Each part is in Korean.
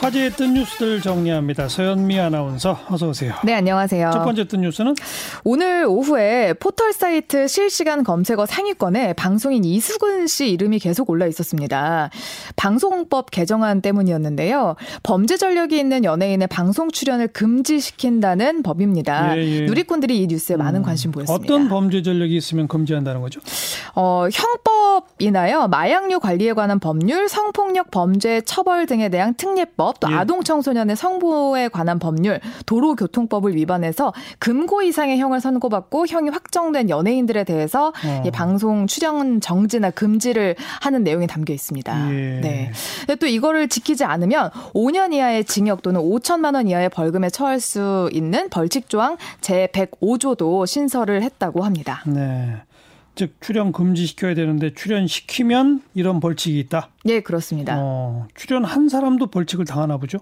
화제했던 뉴스들 정리합니다. 서현미 아나운서 어서 오세요. 네, 안녕하세요. 첫 번째 뜬 뉴스는 오늘 오후에 포털 사이트 실시간 검색어 상위권에 방송인 이수근 씨 이름이 계속 올라 있었습니다. 방송법 개정안 때문이었는데요. 범죄 전력이 있는 연예인의 방송 출연을 금지시킨다는 법입니다. 예, 예. 누리꾼들이 이 뉴스에 많은 관심 보였습니다. 어떤 범죄 전력이 있으면 금지한다는 거죠? 어, 형법이나요, 마약류 관리에 관한 법률, 성폭력 범죄 처벌 등에 대한 특례법, 또 예. 아동 청소년의 성보호에 관한 법률, 도로교통법을 위반해서 금고 이상의 형을 선고받고 형이 확정된 연예인들에 대해서 어. 이 방송 출연 정지나 금지를 하는 내용이 담겨 있습니다. 예. 네. 근데 또 이거를 지키지 않으면 5년 이하의 징역 또는 5천만 원 이하의 벌금에 처할 수 있는 벌칙 조항 제 105조도 신설을 했다고 합니다. 네. 즉 출연 금지시켜야 되는데 출연시키면 이런 벌칙이 있다. 예, 그렇습니다. 어, 출연한 사람도 벌칙을 당하나 보죠?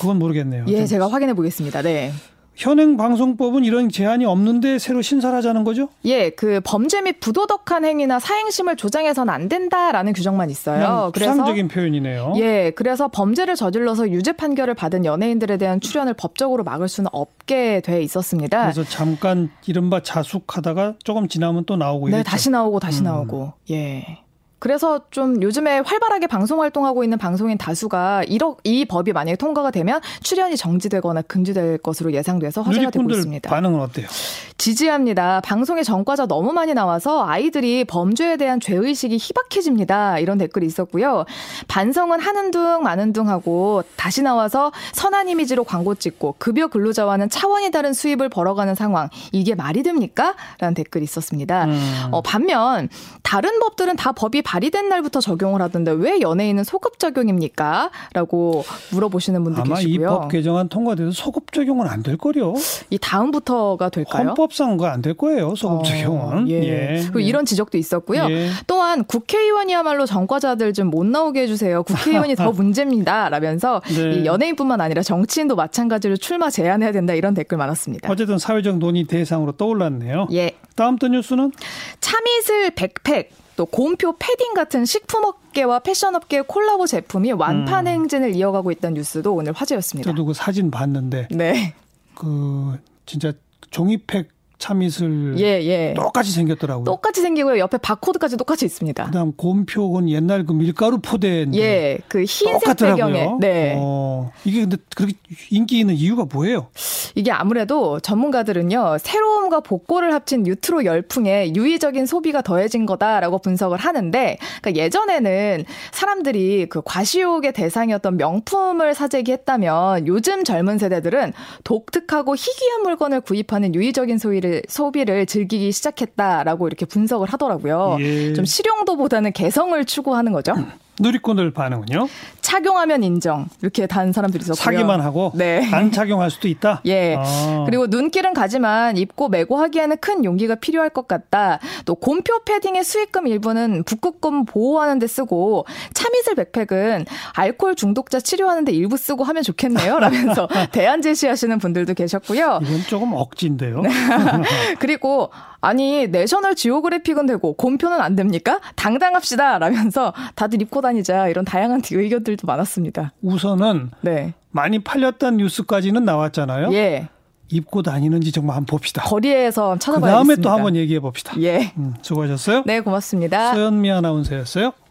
그건 모르겠네요. 예, 좀. 제가 확인해 보겠습니다. 네. 현행 방송법은 이런 제한이 없는데 새로 신설하자는 거죠? 예, 그 범죄 및 부도덕한 행위나 사행심을 조장해서는 안 된다라는 규정만 있어요. 그냥 네, 추상적인 표현이네요. 예, 그래서 범죄를 저질러서 유죄 판결을 받은 연예인들에 대한 출연을 법적으로 막을 수는 없게 돼 있었습니다. 그래서 잠깐 이른바 자숙하다가 조금 지나면 또 나오고 네, 이랬죠. 다시 나오고 다시 음. 나오고. 예. 그래서 좀 요즘에 활발하게 방송 활동하고 있는 방송인 다수가 이러, 이 법이 만약에 통과가 되면 출연이 정지되거나 금지될 것으로 예상돼서 화제가 되고 누리꾼들 있습니다. 반응은 어때요? 지지합니다. 방송에 전과자 너무 많이 나와서 아이들이 범죄에 대한 죄의식이 희박해집니다. 이런 댓글이 있었고요. 반성은 하는 둥 마는 둥 하고 다시 나와서 선한 이미지로 광고 찍고 급여 근로자와는 차원이 다른 수입을 벌어가는 상황. 이게 말이 됩니까? 라는 댓글이 있었습니다. 음. 어, 반면 다른 법들은 다 법이 발의된 날부터 적용을 하던데 왜 연예인은 소급 적용입니까? 라고 물어보시는 분들 아마 이 계시고요. 법 개정안 통과돼서 소급 적용은 안 될 거요. 이 다음부터가 될까요? 헌법상 그 안 될 거예요. 소급 적용은. 어, 예. 그리고 이런 지적도 있었고요. 예. 또한 국회의원이야말로 전과자들 좀 못 나오게 해주세요. 국회의원이 더 문제입니다. 라면서 네. 이 연예인뿐만 아니라 정치인도 마찬가지로 출마 제한해야 된다 이런 댓글 많았습니다. 어쨌든 어. 사회적 논의 대상으로 떠올랐네요. 예, 다음 또 뉴스는 참이슬 백팩. 또 곰표 패딩 같은 식품업계와 패션업계의 콜라보 제품이 완판 행진을 이어가고 있다는 뉴스도 오늘 음. 화제였습니다. 저도 그 사진 봤는데 네, 그 진짜 종이팩 참이슬 예, 예. 똑같이 생겼더라고요. 똑같이 생기고요. 옆에 바코드까지 똑같이 있습니다. 그다음 곰표 그건 옛날 그 밀가루 포대인데 예, 그 흰색 배경에 똑같더라고요. 네. 어, 이게 근데 그렇게 인기 있는 이유가 뭐예요? 이게 아무래도 전문가들은요 새로움과 복고를 합친 뉴트로 열풍에 유의적인 소비가 더해진 거다라고 분석을 하는데 그러니까 예전에는 사람들이 그 과시욕의 대상이었던 명품을 사재기 했다면 요즘 젊은 세대들은 독특하고 희귀한 물건을 구입하는 유의적인 소비를, 소비를 즐기기 시작했다라고 이렇게 분석을 하더라고요. 예. 어, 좀 실용도보다는 개성을 추구하는 거죠. 누리꾼들 반응은요? 착용하면 인정 이렇게 단 사람들이 있었고요. 사기만 하고 네. 안 착용할 수도 있다. 예. 아. 그리고 눈길은 가지만 입고 메고 하기에는 큰 용기가 필요할 것 같다. 또 곰표 패딩의 수익금 일부는 북극곰 보호하는 데 쓰고 참이슬 백팩은 알코올 중독자 치료하는 데 일부 쓰고 하면 좋겠네요. 라면서 대안 제시하시는 분들도 계셨고요. 이건 조금 억지인데요. 네. 그리고 아니 내셔널 지오그래픽은 되고 곰표는 안 됩니까? 당당합시다. 라면서 다들 입고 다니자 이런 다양한 의견들도 많았습니다. 우선은 네. 많이 팔렸다는 뉴스까지는 나왔잖아요. 예. 입고 다니는지 정말 한번 봅시다. 거리에서 그 찾아봐야겠습니다. 다음에 또 한번 얘기해 봅시다. 예. 음, 수고하셨어요. 네, 고맙습니다. 서현미 아나운서였어요.